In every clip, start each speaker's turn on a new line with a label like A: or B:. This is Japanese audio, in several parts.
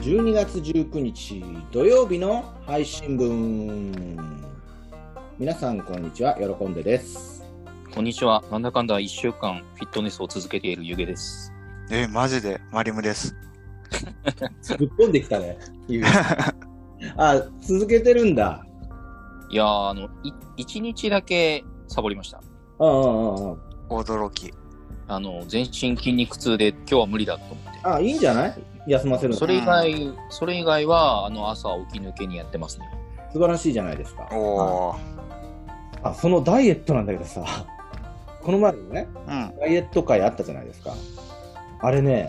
A: 12月19日土曜日の配信分皆さんこんにちは喜んでです
B: こんにちは。なんだかんだ1週間フィットネスを続けているゆげです。
C: え、マジで、マリムです。
A: ぶっこんできたねあ続けてるんだ
B: いやー、あの、い1日だけサボりました。
A: うんうんうんうん
C: 驚き。
B: あの、全身筋肉痛で今日は無理だと思っ
A: あいいんじゃない休ませるの
B: て。そ
A: 素
B: れ以外、それ以外は、あの、朝起き抜けにやってますね。
A: 晴らしいじゃないですか
C: おー。
A: あそのダイエットなんだけどさこの前のね
C: うん。
A: ダイエット会あったじゃないですか。あれね、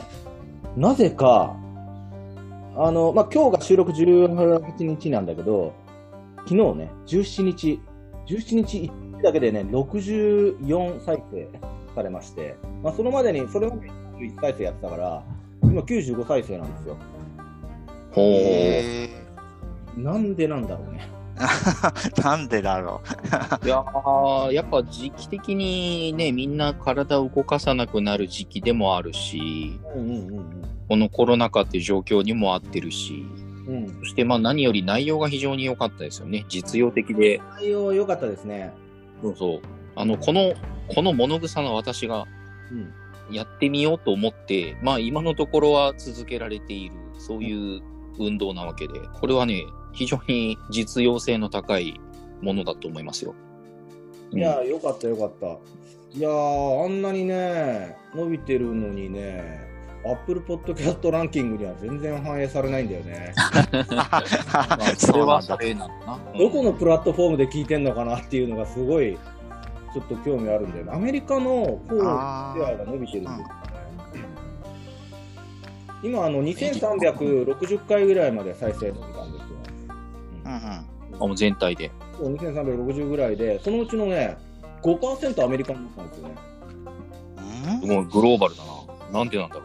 A: なぜか、あの、まあ、今日が収録18日なんだけど、昨日ね、17日、17日だけでね、64再生されまして、まあ、そのまでに、それまで1再生やってたから、今95再生なんですよ。
B: ほー。
C: え
A: なんでなんだろうね。
C: ー、 なんでだろ
B: いやー、やっぱ時期的にね、みんな体を動かさなくなる時期でもあるし、
A: うんうんうん
B: このコロナ禍っていう状況にも合ってるし、
A: うん。うん。
B: そしてまあ何より内容が非常に良かったですよね。実用的で。
A: 内容良かったですね。
B: そうそう。あの、この、この物草の私が
A: うん。
B: やってみようと思って、まあ今のところは続けられている、そういう運動なわけで、これはね、非常に実用性の高いものだと思いますよ。
A: い やー、よかったよかった。いやー、あんなにね、伸びてるのにね、アップルポッドキャストランキングには全然反映されないんだよ ね。
C: う。
B: うんまあそれ
C: そうな
B: は
C: んだ
B: そ。れなのな。うん
A: どこのプラットフォームで聞いてんのかなっていうのがすごい、ちょっと興味あるんだよね。アメリカのこう、シェ
C: あ
A: ア
C: ー
A: が伸びてるんですよね。今、あの、2360回ぐらいまで再生伸びたんですよ。
C: うんうん。
B: あもう全体で。
A: そう2360ぐらいで、そのうちのね、5%アメリカになったんですよね。
C: うん
B: もうグローバルだな。なんでなんだろ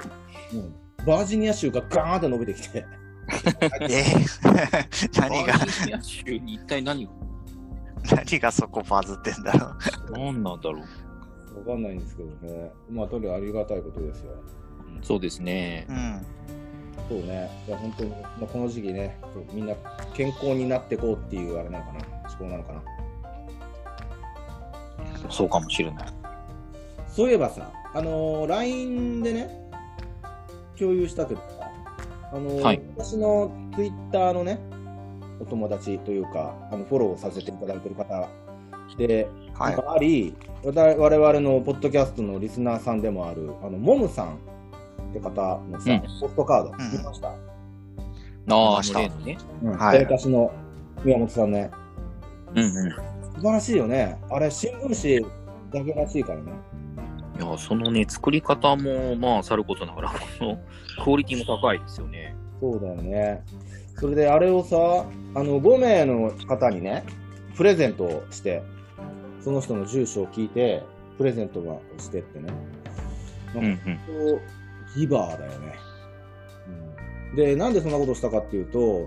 B: う。
A: うんバージニア州がガーンって伸びてきて。
C: えー、 何が
B: バ、ージニア州に一体何が
C: 何がそこバズってんだろう。
B: 何なんだろう。
A: わかんないんですけどね。まあ、とにかくありがたいことですよ。
B: そうですね
C: う。ん。
A: そうね。いや、本当に、まあ、この時期ね、こうみんな健康になってこうっていうあれなのかな、思考なのかな。
B: そうかもしれない。
A: そういえばさ、あのー LINE でね、共有したけどさ、あのー
B: はい
A: 私の Twitter のね、お友達というか、あのフォローさせていただいてる方で、
C: はい
A: なん。かあり、わた我々のポッドキャストのリスナーさんでもある、あのモムさんって方のさ、
B: うん
A: ポストカード
C: ん
A: 見ました。
B: ああ、
C: ま
B: あ
C: し
B: の
C: た
B: 例のね。
A: うん
C: はい
A: 私の宮本さんね。
B: うんうん。
A: 素晴らしいよね。あれ、新聞紙だけらしいからね。
B: いや、そのね、作り方も、まあ、さることながら、こ の、クオリティも高いですよね。
A: そうだよね。それであれをさ、あの5名の方にね、プレゼントをして、その人の住所を聞いて、プレゼントをしてってね。
B: うんうん。
A: ギバーだよね、でなんでそんなことをしたかっていうと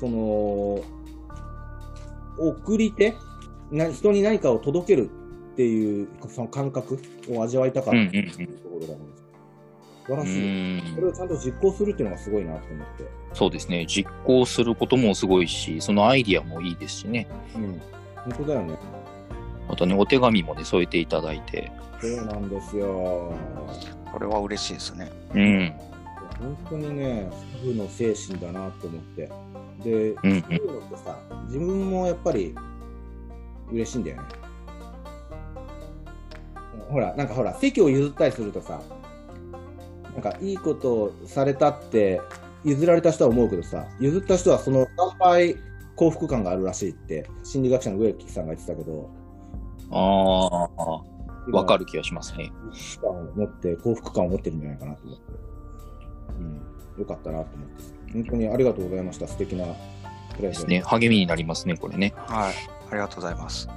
A: その送り手な人に何かを届けるっていうその感覚を味わいたかったっていうところだと思うんですよ素晴
B: う
A: らしい、
B: ー
A: それ
B: ん
A: をちゃんと実行するっていうのがすごいなと思って、
B: そうですね。実行することもすごいし、そのアイディアもいいですしね。
A: うん、本当だよね
B: またね、お手紙もね、添えていただいて。
A: そうなんですよ
C: これは嬉しいですね。
B: うん。
A: 本当にね主婦の精神だなと思ってで
B: うんう
A: そうい
B: ん。
A: うのってさ、自分もやっぱり嬉しいんだよね。ほら、なんかほら、席を譲ったりするとさ、なんかいいことをされたって、譲られた人は思うけどさ、譲った人はその乾杯幸福感があるらしいって、心理学者の植木さんが言ってたけど、
B: ああ、わかる気がしますね。
A: 幸福感を持って、幸福感を持ってるんじゃないかなと思って、うん、よかったなと思って、本当にありがとうございました、素敵なプレ
B: で
A: ゼン
B: す
A: ト。
B: ね。励みになりますね、これね。
C: はい。ありがとうございます。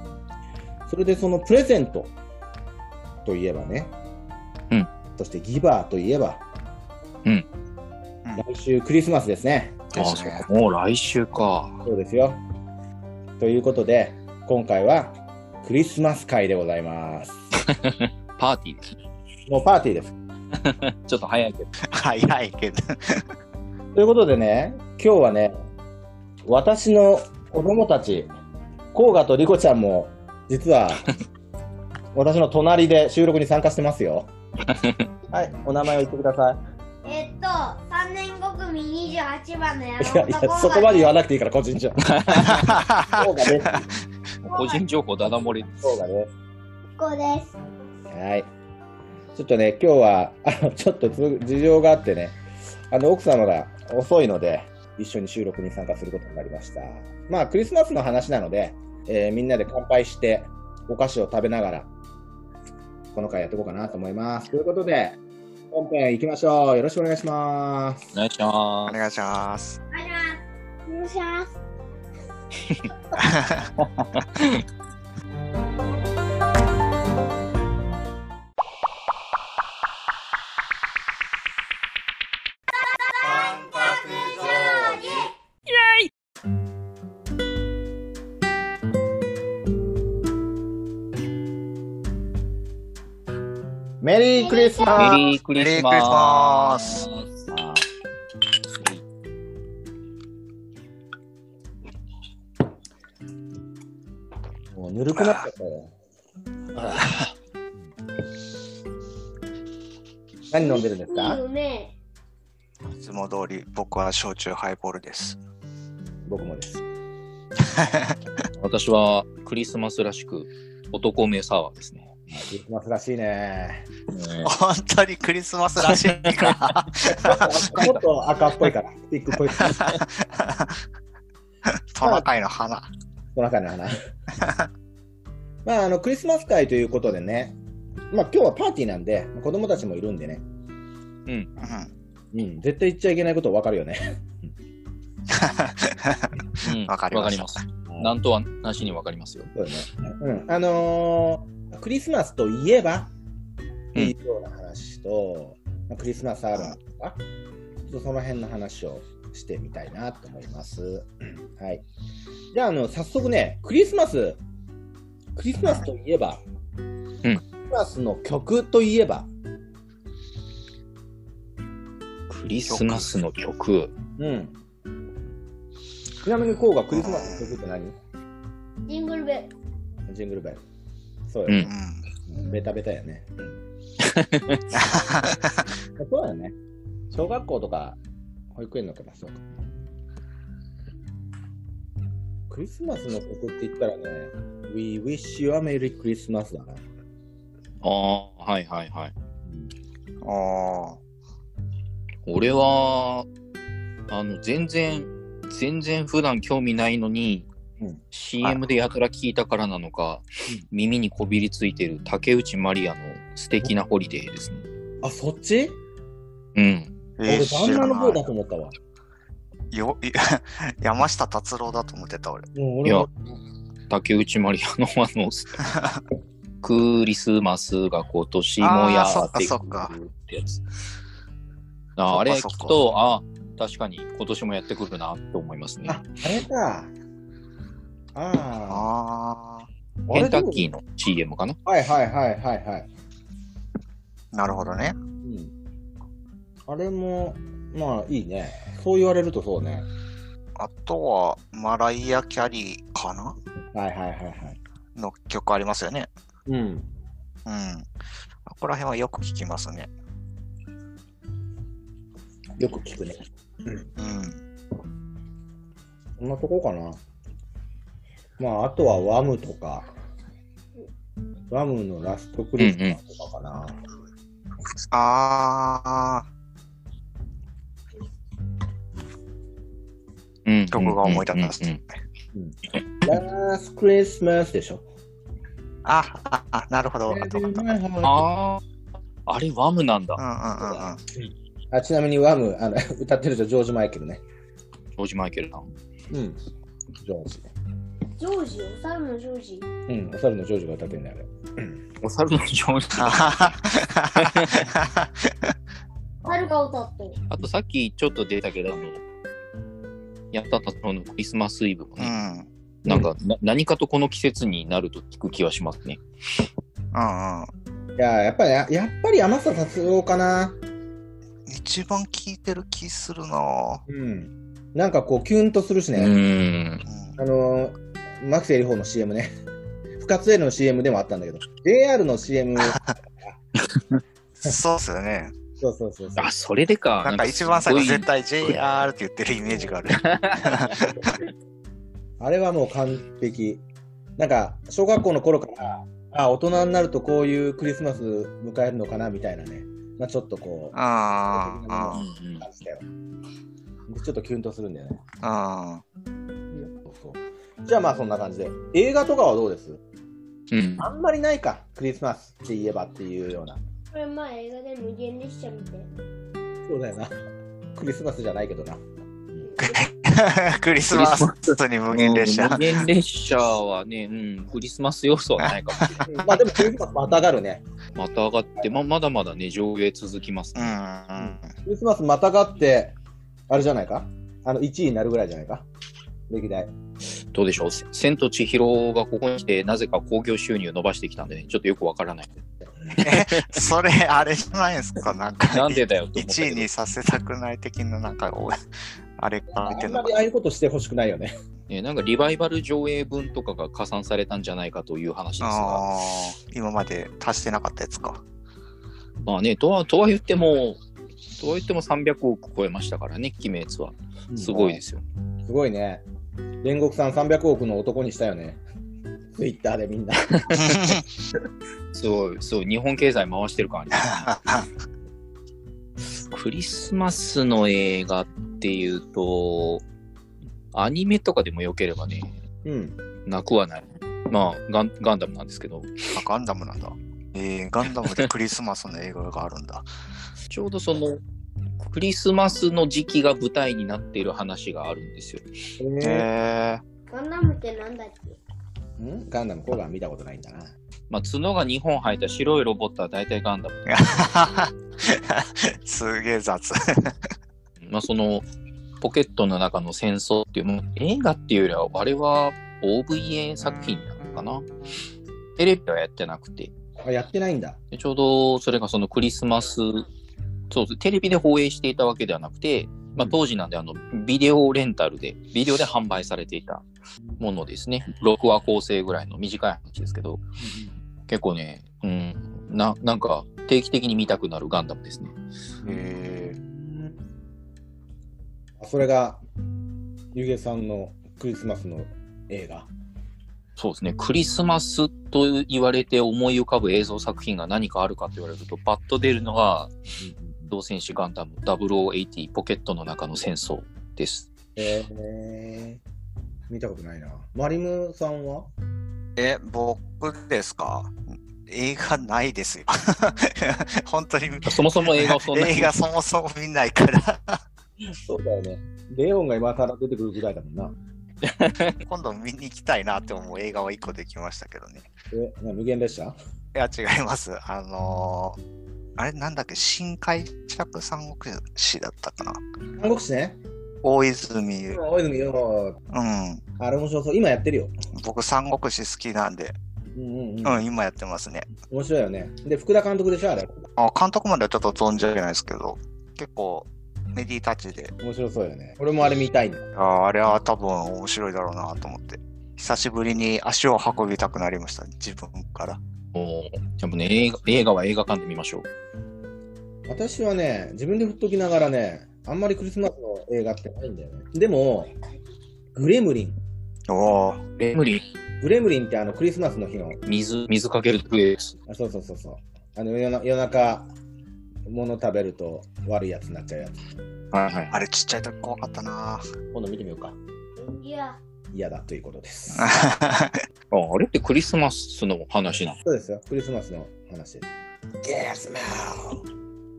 A: それでそのプレゼントといえばね、
B: うん
A: そしてギバーといえば、
B: うん
A: 来週クリスマスですね。
B: ああ、
C: で
B: そ
C: す
B: う
C: ね
B: か。。もう来週か。
A: そうですよ。ということで、今回はクリスマス会でございます。
B: パーティーですね。
A: もうパーティーです。
B: ちょっと早いけど。
C: 早いけど。
A: ということでね、今日はね、私の子供たち、甲賀とリコちゃんも、実 は、私の隣で収録に参加してます よ。はい、お名前を言ってください。
D: えっと、3年5組28番の
A: いや
D: 山
A: いや
D: 本、
A: そこまで言わなくていいから、個人情報。甲賀です。
B: 個人情報だだ漏れ。
A: 甲賀です。
D: 子です。
A: はい。ちょっとね、今日は、あの、ちょっとつ事情があってね、あの、奥様が遅いので、一緒に収録に参加することになりました。まあ、クリスマスの話なので、えーみんなで乾杯して、お菓子を食べながら、この回やっていこうかなと思います。ということで、本編行きましょう。よろしくお願いします。
B: お願いしま
C: お願いします。
D: お願いします。お願いします。
A: メリークリス
B: す。
A: マ
B: メリークリスマス。
A: スもうぬるくなっちゃったよ。何飲んでるんですか
D: いいよね。
C: いつも通り僕は焼酎ハイボールです。
A: 僕もです。
B: 私はクリスマスらしく男名サワーですね。
A: クリスマスらしいね。
C: 本当にクリスマスらしい か。
A: ちょっと赤っぽい から、スティックっぽいから、
C: トナカイの花。
A: トナカイの花。まあ、あの、クリスマス会ということでね、まあ今日はパーティーなんで、子供たちもいるんでね、
C: うん。
A: うん、絶対言っちゃいけないことわかるよね。
B: うん
C: わかりました
B: す。なんとはなしにわかりますよ。
A: そうだね。うん。あのークリスマスといえば、っていうような話と、まあクリスマスあるあるとか、ちょっとその辺の話をしてみたいなと思います。はい。じゃあ、あの、早速ね、クリスマス、クリスマスといえば、
B: うん
A: クリスマスの曲といえば、
B: クリスマスの曲。
A: うん。ちなみに、こうがクリスマスの曲って何
D: ジングルベル。
A: ジングルベル。そう
B: う
A: よ
B: ん。
C: うん。
A: ベタベタやね。そうだよね。小学校とか保育園のとかそうか。クリスマスの曲って言ったらね、We wish you a Merry Christmas だな。
B: ああ、はいはいはい。
C: おー
B: 俺は、あの、全然、全然普段興味ないのに、
A: うん
B: CM でやたら聞いたからなのか、耳にこびりついてる竹内まりやの素敵なホリデーですね。
A: あ、そっち
B: うん。
C: え
A: 俺、
C: ー
A: 旦
C: 知
A: 那
C: ら
A: の方
C: な
A: だ
C: い
A: と思ったわ。
C: よ 山下達郎だと思ってた俺。
A: もう
B: い
A: 俺
B: や
A: も、
B: 竹内まりやのあの、クリスマスが今年もや
C: あーそっ
B: っ
C: か
B: て
C: そ
B: く
C: っか
B: るってやつ。ああれ聞
C: そっ
B: く
C: かそっか
B: と、あ確かに今年もやってくるなと思いますね。
A: あ、あれか。あ
C: あ
A: ーあ
B: ケ
A: れ
B: ンタ
A: で
B: ッ
A: も。
B: キーの CM かな
A: はいはいはいはいはい。
C: あ、なるほどね。
A: うん。あれも、まあいいね。そう言われるとそうね。
C: あとは、マライア・キャリーかな
A: はいはいはいはい。
C: の曲ありますよね。
A: うん。
C: うん。ここら辺はよく聞きますね。
A: よく聞くね。
C: うん。
A: こんなとこかな。まあ、あとはワムとか、ワムのラストクリスマスとかかな。
C: あ
B: うん
C: ー、曲が思い出したっす
B: うんうんうん
C: ね。
A: ラストクリスマスでしょ。
C: あ、ああ、なるほど。わかったわかった。うんうん
B: ああ、あれワムなんだ。
C: うんうん。
A: あちなみにワム、あの 歌ってる人、ジョージ・マイケルね。
B: ジョージ・マイケルさん。
A: うん。ジョージね。
D: ジョージ、お猿のジョージ。
A: うん、お猿のジョージが歌ってるんだよ、あれ。
B: お猿のジョージ。
C: あはは
D: 猿が歌ってる。
B: あとさっきちょっと出たけど、あのやったたのクリスマスイブも
C: う
B: ね、
C: ん。うん
B: なんかな何かとこの季節になると聞く気はしますね。
C: うん。
A: いや、やっぱり、やっぱり山下達郎かな。
C: 一番聞いてる気するなぁ。
A: うん。なんかこう、キュンとするし
B: う
A: ね。
B: ーん。
C: うん
A: あのー、牧瀬里穂の CM ね。 不活エルの CM でもあったんだけど、JR の CM、
C: そうっすよね。
A: そうそうそうそう
B: あ、。それでか。
C: なんか一番最後絶対 JR って言ってるイメージがある。
A: あれはもう完璧。なんか、小学校の頃から、あ、大人になるとこういうクリスマス迎えるのかなみたいなね。まあちょっとこう、
C: あ
B: うん
C: あ、
B: うん
A: 感じだよ。ちょっとキュンとするんだよね。
C: あ
A: そうそうじゃあまあそんな感じで。映画とかはどうです
B: うん。
A: あんまりないか。クリスマスって言えばっていうような。
D: これまあ映画で無限列車みたいな。
A: そうだよな。クリスマスじゃないけどな。
C: あ。クリスマスに無限列車
B: 無。限列車はね、うん、クリスマス要素はないかもしれない。
A: まあでもクリスマスまたがるね。
B: また上がって、ままだまだね、上映続きます
C: うん
B: ね。
C: うん。
A: クリスマスまたがって、あれじゃないかあの、1位になるぐらいじゃないか歴代。
B: どうでしょう、せ千と千尋がここに来て、なぜか興行収入伸ばしてきたんでね、ちょっとよくわ からない。
C: それ、あれじゃないですか、なんか。
B: なんでだよと思った
C: 1位
B: けど
C: にさせたくない的な、なんか、おあれか
A: あ
C: 見て
A: ん
C: ん
A: ま
C: のか
A: りああいうことしてほしくないよね。。
B: ね、なんかリバイバル上映分とかが加算されたんじゃないかという話ですが、
C: あー今まで足してなかったやつか。
B: まあね、とはとは言っても、とは言っても300億超えましたからね、鬼滅は。すごいですすよ。
A: すごいね。煉獄さん300億の男にしたよね。ツイッターでみんな。
B: すごい、すごい、日本経済回してる感じ。クリスマスの映画っていうと、アニメとかでもよければね、
A: うん。
B: なくはない。まあ、ガンガンダムなんですけど、
C: あガンダムなんだ。えー、ガンダムでクリスマスの映画があるんだ。
B: ちょうどその、クリスマスの時期が舞台になっている話があるんですよ。
A: え
C: え
D: ガンダムってなんだっけ
A: ーんガンダム、コーガン見たことないんだな。
B: まあ、角が2本生えた白いロボットは大体ガンダム。
C: ー、 すげえ雑。
B: まあ、その、ポケットの中の戦争っていう、もう映画っていうよりは、あれは OVA 作品なのかな。テレビはやってなくて。
A: あ、やってないんだ。
B: でちょうどそれがそのクリスマス、そうですテレビで放映していたわけではなくて、まあ、当時なんであのビデオレンタルで、ビデオで販売されていたものですね。6話構成ぐらいの短い話ですけど、結構ね、うん、ななんか定期的に見たくなるガンダムですね。
C: え
A: あそれが、ゆげさんのクリスマスの映画。
B: そうですね、クリスマスと言われて思い浮かぶ映像作品が何かあるかと言われると、パッと出るのが、同戦士ガンダム0080ポケットの中の戦争です。
A: えー、見たことないな。マリムさんは
C: ー、え、僕ですか映画ないですよ。 本当に。
B: そもそも 映画をそんなに
C: 映画そもそも見ないから。
A: そうだよね。レオンが今更出てくるぐらいだもんな。
C: 今度見に行きたいなって思う映画は一個できましたけどね。
A: え、な無限列車
C: いや、違います。あのー、あれなんだっけ深海着三国志だったかな
A: 韓国史ね。
C: 大泉
A: う
C: 洋
A: ん。大泉洋、
C: うん。
A: あれ面白そう。今やってるよ。
C: 僕、三国志好きなんで、
A: うんうんうん。
C: うん、今やってますね。
A: 面白いよね。で、福田監督でしょ、あれ。
C: あ監督まではちょっと存じ上げないですけど、結構メディータッチで、
A: 面白そうよね。俺もあれ見たいんだ。
C: ああれは多分面白いだろうなと思って、久しぶりに足を運びたくなりました、自分から。
B: もう、でもね、映画映画は映画館で見ましょう。
A: 私はね、自分で振っときながらね、あんまりクリスマスの映画ってないんだよね。でも、グレムリン。
C: おお、
B: レムリン、
A: グレムリンってあのクリスマスの日の、
B: 水、水かける笛です。
A: あそうそうそうそう。あの夜な夜中、物食べると悪いやつになっちゃうやつ。
B: はいはい。
C: あれちっちゃい時怖かっ たな
A: 今度見てみようか。
D: いや、
A: 嫌だということです。
B: ああれってクリスマスの話なの
A: そうですよ。クリスマスの話です。ゲスマーちょ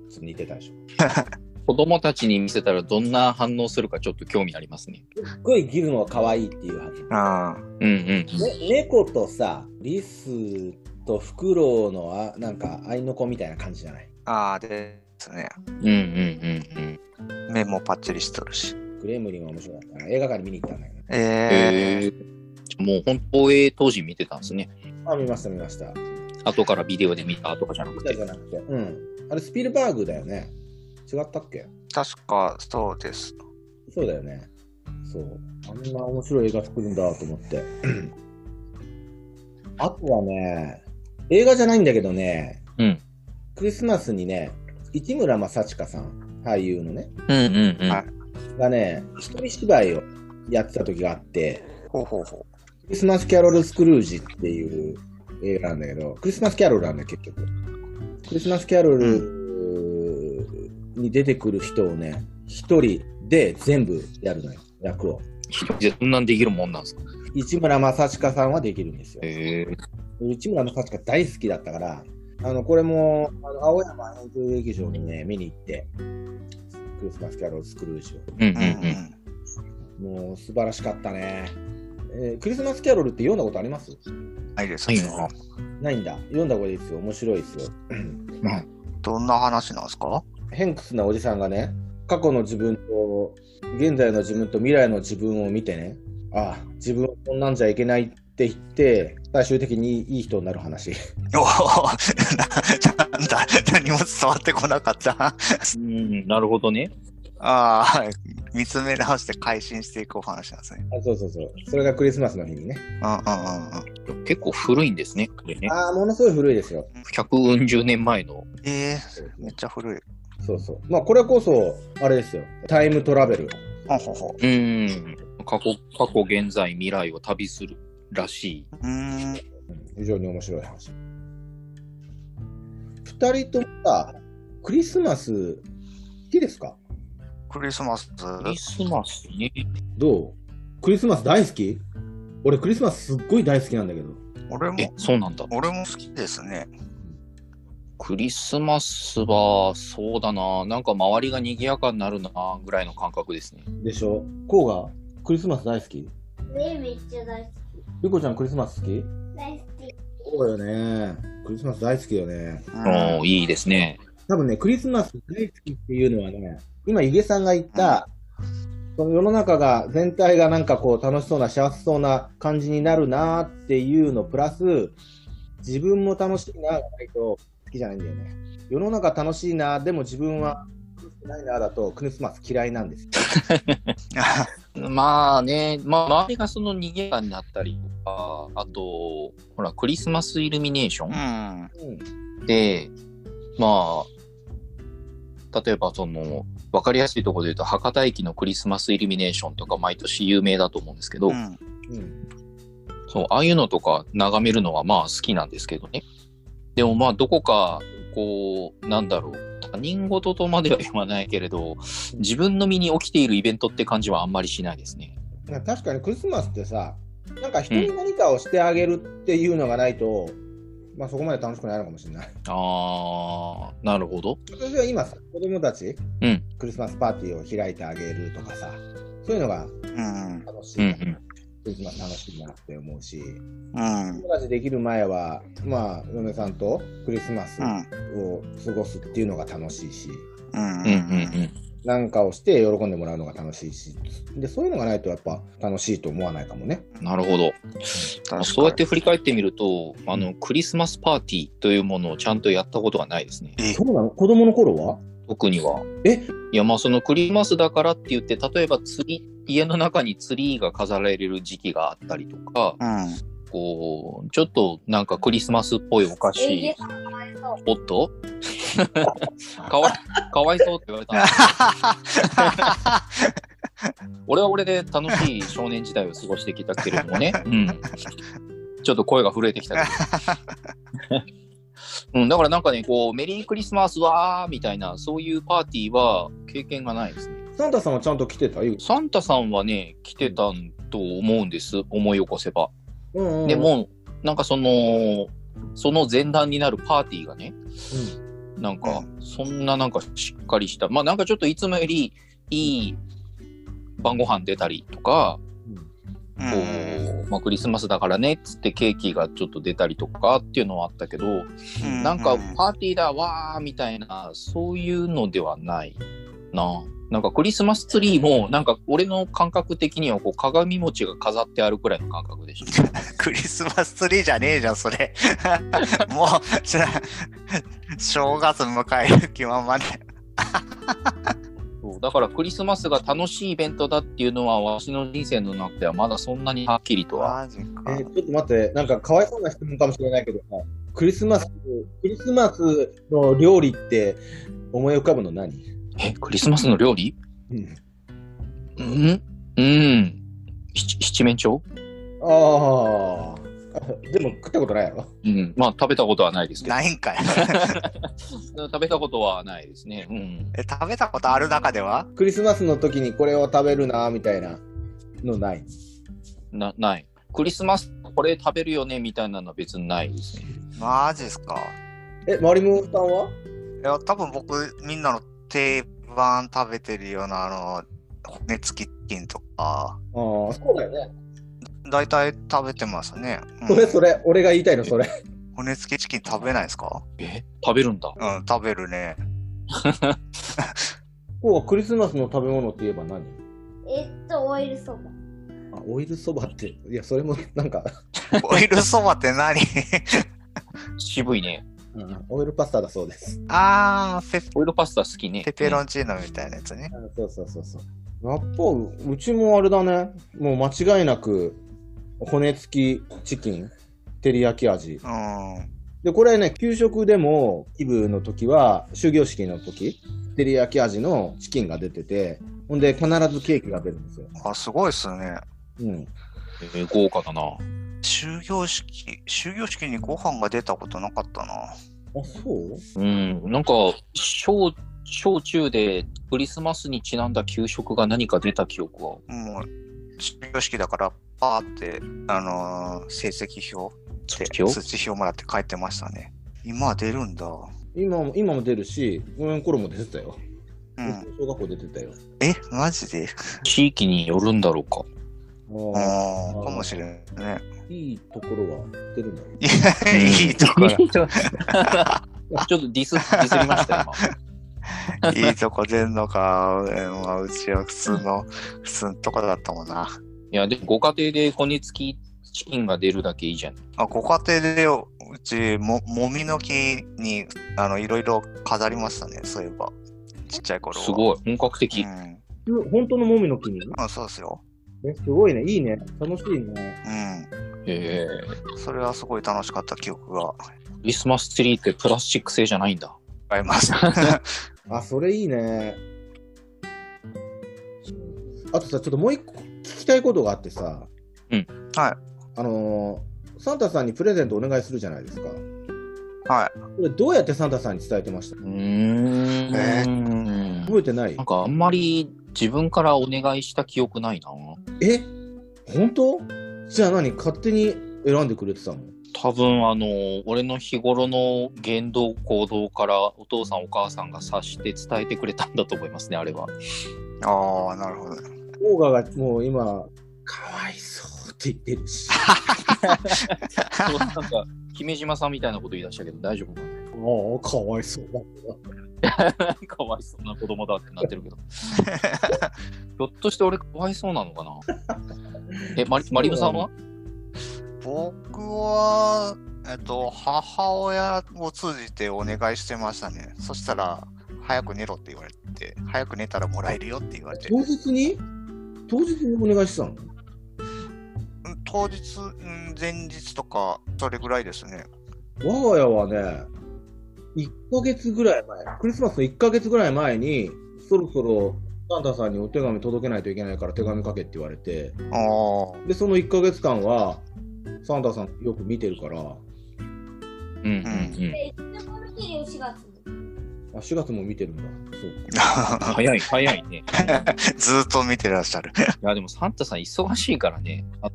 A: っと似てたでしょ。
B: 子供たちに見せたらどんな反応するかちょっと興味ありますね。
A: すっごいギルの可愛いっていう話。
C: うん。
B: うんうんうん。
A: ね、猫とさ、リスとフクロウのあなんか愛の子みたいな感じじゃない
C: ああ、ですね。
B: うんうんうんうん。
C: 目もパッチリしとるし。
A: グレムリンは面白かったな。映画館に見に行ったんだよね。
C: え
B: えー、もう本当、え当時見てたんですね。
A: あ、見ました見ました。
B: 後からビデオで見たとかじゃな
A: 見
B: く
A: たじ
B: て。
A: ゃなくて。うん。あれスピルバーグだよね。
C: ー、
A: 違ったっけ
C: 確かそうです。
A: そうだよね。そう。あんな面白い映画作るんだと思 って。あとはね、映画じゃないんだけどね、
B: うん
A: クリスマスにね、市村正親さん、俳優のね、
B: うんうんうん。
C: はい
A: がね、一人芝居をやってた時があって、
C: ほうほうほ
A: クリスマスキャロル・スクルージっていう映画なんだけど、クリスマスキャロルなんだよ結局。クリスマスキャロルに出てくる人をね、一人で全部やるのよ、役を。
B: 一人でそんなんできるもんなんですか
A: 市村正親さんはできるんですよ。
B: へえ。
A: 市村正親大好きだったから、あのこれもあの青山演劇劇場にね、見に行って、クリスマスキャロル・スクルージ
B: うんうんう。
C: う。うんうんん。
A: を。もう素晴らしかったね。えークリスマスキャロルって読んだことあります
C: ないです
B: ない
C: ね。
B: な
A: ないんだ。読んだ方がいいですよ。面白いですよ。
B: はい。
C: どんな話なんですか
A: 偏屈なおじさんがね過去の自分と現在の自分と未来の自分を見てねああ自分はこんなんじゃいけないって言って最終的にいい人になる話
C: おお、 ななんだ、何も伝わってこなかった。あ
B: うん、なるほどね。
C: あー、はい見つめ直して改心していくお話なんですね。
A: あそうそうそうそれがクリスマスの日にね
C: うんうんうんうん。
B: 結構古いんですね、これね。
A: ああものすごい古いですよ
B: 140年前の。
C: ええめっちゃ古い。
A: そうそうまあこれこそあれですよタイムトラベル
C: ほうほうほ
B: うん。過去、過去、現在、未来を旅するらし
C: う。うーん。
A: うん非常に面白い話二人ともさクリスマス好きですか
C: クリスマス。
B: い。クリスマスね。
A: どうクリスマス大好き俺クリスマスすっごい大好きなんだけど
C: 俺
B: え
C: も、、
B: そうなんだ。
C: 俺も好きですね。
B: クリスマスは、そうだな。なんか周りが賑やかになるな、ぐらいの感覚ですね。
A: でしょこうがクリスマス大好き
D: え、めっちゃ大好き。
A: ゆこちゃんクリスマス好き
D: 大好き。
A: そうよねクリスマス大好きよね
C: うん。
B: うん、いいですね。
A: 多分ねクリスマス大好きっていうのはね今井げさんが言った、その世の中が全体がなんかこう楽しそうな幸せそうな感じになるなーっていうのプラス自分も楽しいなーがないと好きじゃないんだよね世の中楽しいなーでも自分は楽しくないなーだとクリスマス嫌いなんですよ
B: まあね、まあ、周りがその賑やかになったりとか、あと、ほら、クリスマスイルミネーション
C: うん。
A: うん
B: で、まあ、例えばその、わかりやすいところで言うと、博多駅のクリスマスイルミネーションとか毎年有名だと思うんですけど、
C: うん。
A: うん
B: そう、ああいうのとか眺めるのはまあ好きなんですけどね。でもまあ、どこか、こう、なんだろう、他人事とまでは言わないけれど、自分の身に起きているイベントって感じはあんまりしないですね。
A: まあ確かにクリスマスってさなんか人に何かをしてあげるっていうのがないと、まあそこまで楽しくないのかもしれ ない
B: あー、なるほど。
A: 私は今さ子供たち、
B: うん
A: クリスマスパーティーを開いてあげるとかさそういうのが
C: うん。
A: 楽しい
B: うんう
A: な、
B: ん。
A: クリスマス楽しいなって思うし
C: うん。
A: 友達できる前はまあ嫁さんとクリスマス
C: うん。
A: を過ごすっていうのが楽しいし
C: うん。
B: うんうんうん。
A: なんかをして喜んでもらうのが楽しいしでそういうのがないとやっぱ楽しいと思わないかもね
B: なるほど。
C: 確かに
B: そうやって振り返ってみると、あの、クリスマスパーティーというものをちゃんとやったことがないですね。
A: そうなの子供の頃は
B: 特には。
A: え
B: いや、まあそのクリスマスだからって言って、例えばツリー、家の中にツリーが飾られる時期があったりとか、
C: うん。
B: こう、ちょっとなんかクリスマスっぽいお菓
D: え、い
B: 子
D: や、、かわいそう。
B: おっ とかわかわいそうって言われたな。 俺は俺で楽しい少年時代を過ごしてきたけれどもね。うん。ちょっと声が震えてきたけど うん、だからなんかね、こう、メリークリスマスはーみたいな、そういうパーティーは経験がないですね。
A: サンタさんはちゃんと来てたゆう
B: サンタさんはね、来てたんと思うんです。思い起こせば。
A: うんうんうん
B: でも、なんかその、その前段になるパーティーがね、なんか、そんななんかしっかりした、まあなんかちょっといつもよりいい晩ご飯出たりとか、
C: う
B: こ
C: ん。
B: う、まあクリスマスだからねっつってケーキがちょっと出たりとかっていうのはあったけど、
C: う
B: なんかパーティーだわーみたいな、そういうのではないな。なんかクリスマスツリーも、なんか俺の感覚的にはこう鏡餅が飾ってあるくらいの感覚でした。
C: クリスマスツリーじゃねえじゃん、それ。もう、じゃあ正月迎える気ままで。
B: そうだからクリスマスが楽しいイベントだっていうのは、私の人生の中ではまだそんなにはっきりとは。
C: マジか。
A: えーちょっと待って、なんかかわいそうな質問かもしれないけどさ、クリスマス、クリスマスの料理って思い浮かぶの何
B: え、クリスマスの料理
A: うん。
B: うんうん。七七面鳥
A: ああ、 でも食ったことないやろ。
B: うん。まあ食べたことはないですけど。
C: ないんかい。
B: 食べたことはないですね。うん。
C: え食べたことある中では
A: クリスマスの時にこれを食べるな、みたいなのない。
B: なない。クリスマスこれ食べるよねみたいなのは別にないですね。
C: マジっすか。
A: え、マリモさんはい
C: や、多分僕、みんなの定番食べてるような、あの、骨付きチキンとか、
A: ああ、そうだよね。
C: 大体食べてますね。うん
A: それそれ、俺が言いたいの、それ。
C: 骨付きチキン食べないですか
B: え食べるんだ。
C: うん、食べるね。
A: こう、クリスマスの食べ物って言えば何
D: えっと、オイルそば。
A: あ、オイルそばって、いや、それもなんか、
C: オイルそばって何
B: 渋いね。
A: うんオイルパスタだそうです。
C: あー、ペ
B: オイルパスタ好きね。
C: ペペロ
B: ン。
C: ンチーノみたいなやつね。
A: あそうそうそうそう。やっぱ、うちもあれだね。もう間違いなく、骨付きチキン、照り焼き味。
C: うん。
A: で、これね、給食でも、イブの時は、終業式の時、照り焼き味のチキンが出てて、ほんで、必ずケーキが出るんですよ。
C: あ、すごいっすね。
A: うん。
B: えー豪華だな。
C: 終業式、終業式にご飯が出たことなかったな。
A: あ、そう
B: うん。なんか、小、小中でクリスマスにちなんだ給食が何か出た記憶は。
C: もう、終業式だから、パーって、あのー成績表
B: 卒
C: って、
B: 業
C: 通知表もらって帰ってましたね。今は出るんだ。う
A: 今も、今も出るし、この頃も出てたよ。
C: ん。
A: 小学校出てたよ。
C: え、マジで
B: 地域によるんだろう か。
C: うん、
A: あ
C: かもしれんね。
A: ーいいところは出るんだろう。
C: いや、 いいとこだ。
B: ちょっとディス、ディスりましたよ、
C: いいとこ出んのか。えまあ、うちは普通の、普通のとこだったもんな。
B: 今。いや、でもご家庭で骨付きチキンが出るだけいいじゃん。
C: あご家庭で、うちも、もみの木に、あの、いろいろ飾りましたね、そういえば。ちっちゃい頃は。
B: すごい、本格的。
C: うん。
A: 本当のもみの木に
C: うん、そうですよ。
A: え、すごいね。いいね。楽しいね。
C: う
B: えー
C: ん。それはすごい楽しかった記憶が
B: クリスマスツリーってプラスチック製じゃないんだ。
C: あります。
A: あ、それいいね。あとさ、ちょっともう一個聞きたいことがあってさ。
B: うん。
C: はい。
A: あのーサンタさんにプレゼントお願いするじゃないですか。
C: はい。
A: これどうやってサンタさんに伝えてました
B: うーん。
C: え
A: 覚えてない
B: なんかあんまり自分からお願いした記憶ないな。
A: え本当じゃあ何勝手に選んでくれてたの
B: 多分あの、俺の日頃の言動行動からお父さんお母さんが察して伝えてくれたんだと思いますね、あれは。
C: ああ、なるほど。
A: オーガがもう今、かわいそうって言ってる し。
B: そうなんか、 姫島さんみたいなこと言い出したけど大丈夫かな
A: ああ、かわいそうだ。
B: かわいそうな子供だってなってる けど。ひょっとして俺かわいそうなのかなえ、マリマリムさんは
C: 僕は、えっと、母親を通じてお願いしてましたね。そしたら、早く寝ろって言われて、早く寝たらもらえるよって言われて、
A: 当日に当日にお願いしてたの
C: うん当日、うん前日とか、それぐらいですね。
A: 我が家はね、1ヶ月ぐらい前、クリスマスの1ヶ月ぐらい前に、そろそろサンタさんにお手紙届けないといけないから手紙書けって言われて、
C: ああ、
A: で、その1ヶ月間は、サンタさんよく見てるから、あ
B: うんうんうん。
D: え、いつも見てるよ、4月に。
A: 4月も見てるんだ。そう。
B: 早い、早いね。い
C: ずーっと見てらっしゃる。
B: や、でもサンタさん忙しいからね。あ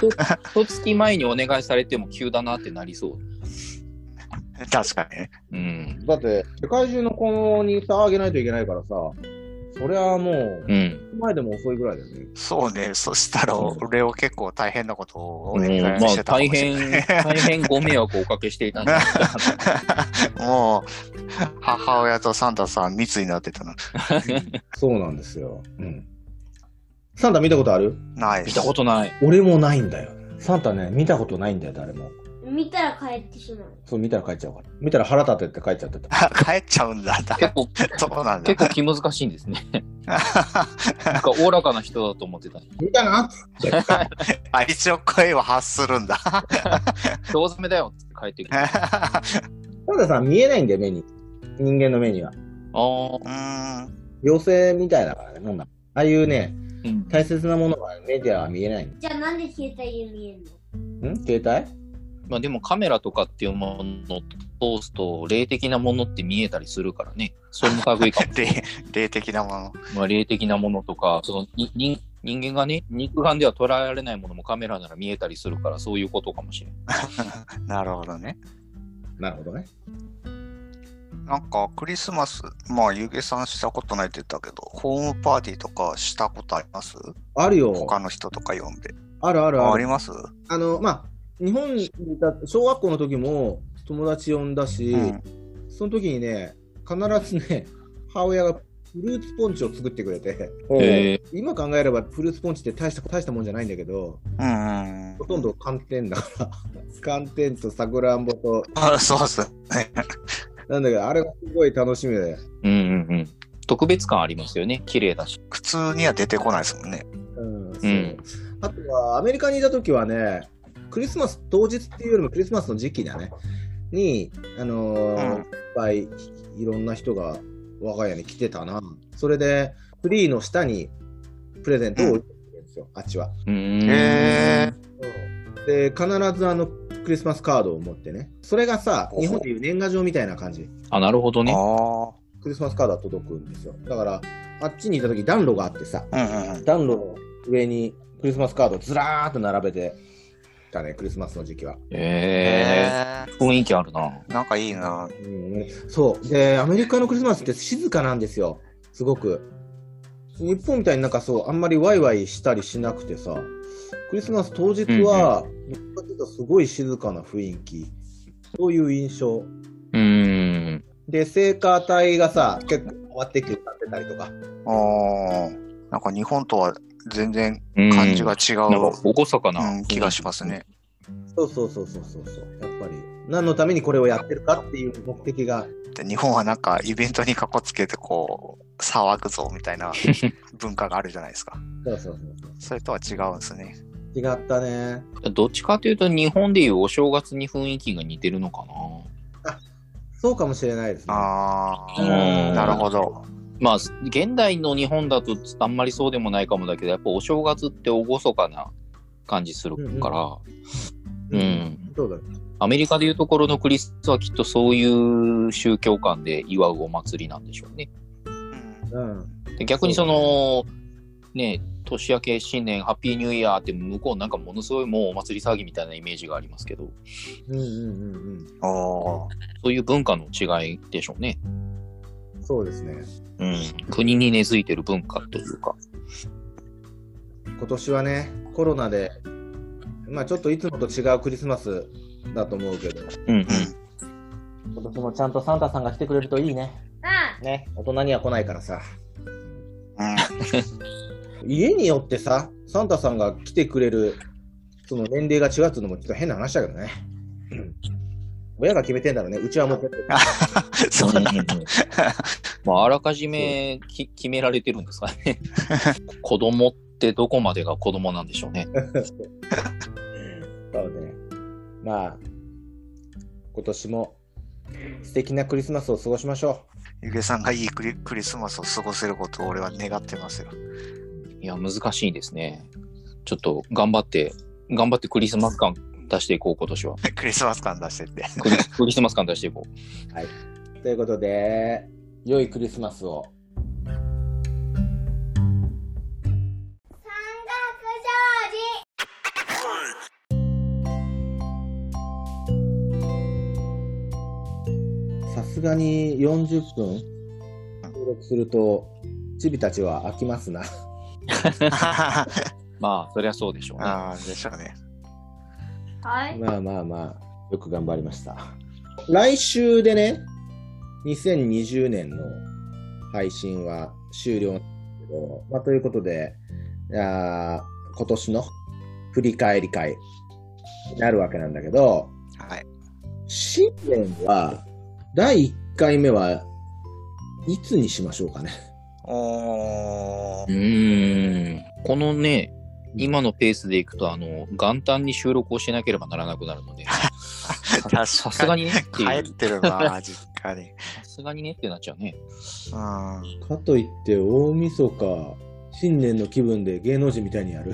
B: ひとひと月前にお願いされても急だなってなりそう。
C: 確かにね。
B: うん。
A: だって、世界中の子供にさ、あげないといけないからさ、それはもう、
B: うん。
A: 前でも遅いぐらいだよね。
C: そうね、そしたら俺を結構大変なことをお願い
B: もうま
C: し
B: あ、
C: てたかも
B: 大
C: しれない。
B: 変、 大変ご迷惑をおかけしていたんじゃないかな
C: もう、母親とサンタさん密になってたの。
A: そうなんですよ。うん。サンタ見たことある
C: ないで
B: 見
C: す
B: たことない。
A: 俺もないんだよ。サンタね、見たことないんだよ、誰も。
D: う見たら帰ってしまう。
A: そう、見たら帰っちゃうから。見たら腹立てて帰っちゃってた。
C: 帰っちゃうんだ。
B: 結構、
C: そうなんだ
B: 結。構 気難しいんですね。なんかおおらかな人だと思ってた。
A: 見たな
C: あ、一応声を発するんだ。
B: どうざめだよって帰ってきて。あ
A: たださ、見えないんだよ、目に。人間の目には。
B: あ、
C: うーん。
A: 妖精みたいだからね、なんだ。ああいうね、
B: うん。
A: 大切なものはメディアは見えない。
D: じゃあなんで携帯で見えるの
A: ん携帯
B: まあでもカメラとかっていうものを通すと、霊的なものって見えたりするからね。それも類かも。
C: 霊、霊的なもの。
B: まあ霊的なものとか、そのに人人間がね、肉眼では捉えられないものもカメラなら見えたりするから、そういうことかもしれない。
C: なるほどね。
A: なるほどね。
C: なんか、クリスマス、まあ、ゆげさんしたことないって言ったけど、ホームパーティーとかしたことあります
A: あるよ。
C: 他の人とか呼んで。
A: あるある
C: あ
A: あ
C: あ
A: る。
C: ります
A: あの、まあ、日本にいた小学校の時も友達呼んだし、
C: うん。
A: その時にね、必ずね、母親がフルーツポンチを作ってくれて、
B: へ
A: 今考えればフルーツポンチって大した大したもんじゃないんだけど、
C: うんうん
A: ほとんど寒天だから、寒天とさくらんぼと、
C: あ。 そうっすね。
A: なんだけど、あれがすごい楽しみで、
B: うんうんうん。特別感ありますよね。綺麗だし。
C: 普通には出てこないですもんね。
A: うん、そううんあとは、アメリカにいた時はね、クリスマス当日っていうよりもクリスマスの時期だね、に、あのー
C: うん
A: いっぱいいろんな人が我が家に来てたな。それで、ツリーの下にプレゼントを置いてるんですよ、あっちは。
B: うーん。
C: へ
A: で、
C: え。
A: 必ずあの、クリスマスカードを持ってね。それがさ、日本でいう年賀状みたいな感じ。
B: あ、なるほど
C: あ
B: ね。
C: あ。
A: クリスマスカードは届くんですよ。だから、あっちにいた時暖炉があってさ、
C: うんうんうん。
A: 暖炉の上にクリスマスカードをずらーっと並べてたね、クリスマスの時期は。
B: へえ。雰囲気あるな。
C: え。なんかいいな。
A: うん、そう。で、アメリカのクリスマスって静かなんですよ。すごく。日本みたいになんかそう、あんまりワイワイしたりしなくてさ、クリスマス当日は、どっちかっていうとすごい静かな雰囲気。そういう印象。
B: うーん。
A: で、聖歌隊がさ、結構変わってきて歌ってたりとか。
C: ああ。なんか日本とは全然
B: うん
C: 感じが違う、
B: なんか、おごそか
C: う
B: な、
C: ん、気がしますね。
A: そうそうそうそうそうそう。やっぱり、何のためにこれをやってるかっていう目的が、
C: で日本はなんかイベントにかこつけてこう、騒ぐぞみた いな文化があるじゃないですか。
A: そうそうそうそう。
C: それとは違うんですね。
A: 違ったね。
B: どっちかというと、日本でいうお正月に雰囲気が似てるのかな。
A: そうかもしれないですね。
C: あ
B: う
C: あ。
B: ん
C: なるほど。
B: まあ、現代の日本だとあんまりそうでもないかもだけど、やっぱお正月っておごそかな感じするから、うん
A: そうだね。
B: アメリカでいうところのクリスはきっとそういう宗教観で祝うお祭りなんでしょうね。
C: うん
A: うん。
B: で逆にその、ね、年明け、新年、ハッピーニューイヤーって向こうなんかものすごいもうお祭り騒ぎみたいなイメージがありますけど、
A: うんうんうんうん。
C: おー
B: そういう文化の違いでしょうね。
A: そうですね。
B: うん、国に根付いてる文化というか。
A: 今年はね、コロナで、まあちょっといつもと違うクリスマスだと思うけど、
B: うんうん
C: う
A: 今年もちゃんとサンタさんが来てくれるといいね。
D: あ
A: ね、大人には来ないからさ。
C: ん。 うん。
A: 家によってさ、サンタさんが来てくれる、その年齢が違うっていうのもちょっと変な話だけどね。うん親が決めてんだろうね。うちはもうちょっと。
C: そうなんだ。
B: まあ、あらかじめき決められてるんですか ね。子供ってどこまでが子供なんでしょうね。
A: そうね。まあ、今年も素敵なクリスマスを過ごしましょ
C: ゆげさんがいいクリクリスマスを過ごせることを俺は願ってますよ。
B: いや、難しいですね。ちょっと頑張って、頑張ってクリスマス感出していこう、今年は。
C: クリスマス感出し てって。
B: クリクリスマス感出していこう。
A: う。ということで、良いクリスマスを。
D: 三角定規
A: さすがに40分収録すると、チビたちは飽きますな。
C: あ
B: まあ、そりゃそうでしょうね。
C: あ、でしょうね。
D: はい。
A: まあまあまあ、よく頑張りました。来週でね、2020年の配信は終了なんですけど、まあ、ということで、あー今年の振り返り会になるわけなんだけど、
C: はい。
A: 新年は、第1回目はいつにしましょうかね。
C: お
B: う
C: ー、
B: ーん。このね、今のペースでいくと、あの、元旦に収録をしなければならなくなるので、
C: 確かに
B: さすがにねって いう
C: 帰ってるな、実家に。
B: さすがにねってなっちゃうね。
C: うん。
A: かといって、大晦日、新年の気分で芸能人みたいにやる。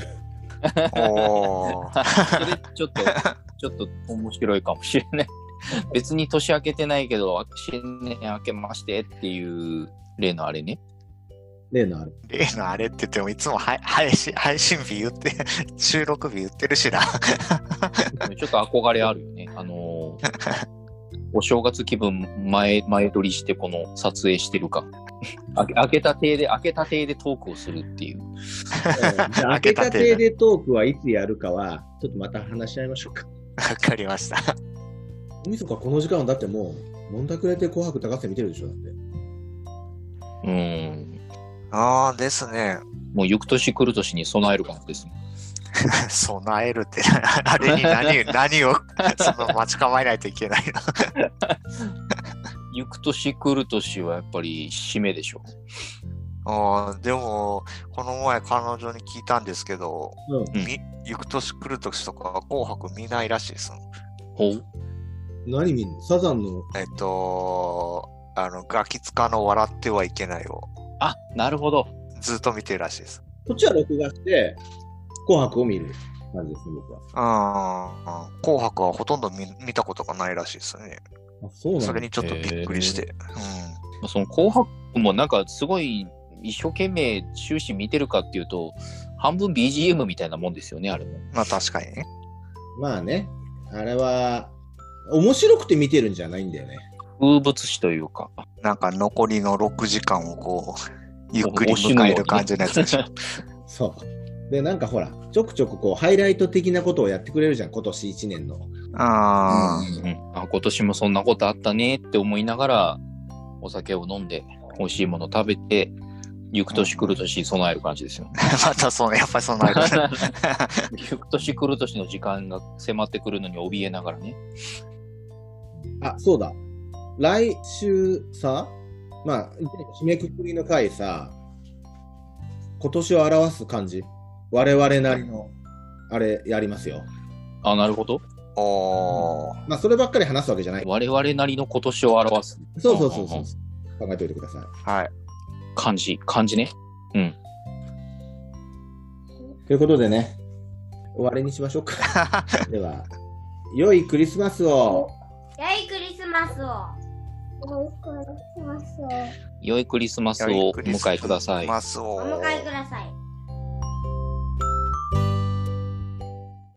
C: おー。
B: それちょっと、ちょっと面白いかもしれない。別に年明けてないけど、新年明けましてっていう例のあれね。
A: 例のあれ。
C: 例のあれって言っても、いつもはい配信配信日言って、 収録日言ってるしな。
B: ちょっと憧れあるよね。あのーお正月気分前、前撮りして、この撮影してるか。明け明けたてで、明けたてでトークをするっていう。
A: じゃあ、明け
C: 明け
A: た
C: たて
A: てでトークはいつやるかは、ちょっとまた話し合いましょうか。
C: わかりました。
A: 大晦日この時間だってもう、もんだくれて紅白歌合戦見てるでしょ、だって。
B: うん。
C: ああですね。
B: もう行く年来る年に備える感じですね。
C: 備えるって、 あれに何 何をその待ち構えないといけないの。
B: 行く年来る年はやっぱり締めでしょ。
C: あーでも、この前彼女に聞いたんですけど、
A: うん
C: み行く年来る年とか紅白見ないらしいですもん。
B: ほう。
A: 何見んのサザンの
C: えっと、あの、ガキ使の笑ってはいけないを
B: あ、なるほど。
C: ずっと見てるらしいです。
A: こっちは録画して、紅白を見る感じですね、僕は。
C: うん。紅白はほとんど見見たことがないらしいですね。
A: あ、そうなん
C: それ
A: だ。
C: にちょっとびっくりして。
B: まあその紅白もなんかすごい一生懸命終始見てるかっていうと、半分 BGM みたいなもんですよね、あれも。
C: うん。まあ確かにね。
A: まあね、あれは、面白くて見てるんじゃないんだよね。
B: 風物詩というか。
C: なんか残りの6時間をこう、ゆっくり迎える感じのやつ でしょ。
A: そう。で、なんかほら、ちょくちょくこう、ハイライト的なことをやってくれるじゃん、今年1年の。
C: あ
B: うんあ今年もそんなことあったねって思いながら、お酒を飲んで、美味しいもの食べて、行く年来る年に備える感じ ですよ。
C: あ、またその、やっぱりその間ね
B: 行く年来る年の時間が迫ってくるのに怯えながらね。
A: あ、そうだ。来週さ、まあ、締めくくりの回さ、今年を表す感じ、我々なりの、あれやりますよ。
B: あ、なるほど。
C: おー
A: まあ、そればっかり話すわけじゃない。
B: 我々なりの今年を表す
A: そうそうそうそう
B: うん。
A: 考えておいてください。
C: はい。
B: 感じ、感じね。
A: ということでね、終わりにしましょうか。では、良いクリスマスを。
D: 良いクリスマスを。良いクリスマスを。
B: 良いクリスマスをお迎えください。
C: マスを。
D: お迎えください。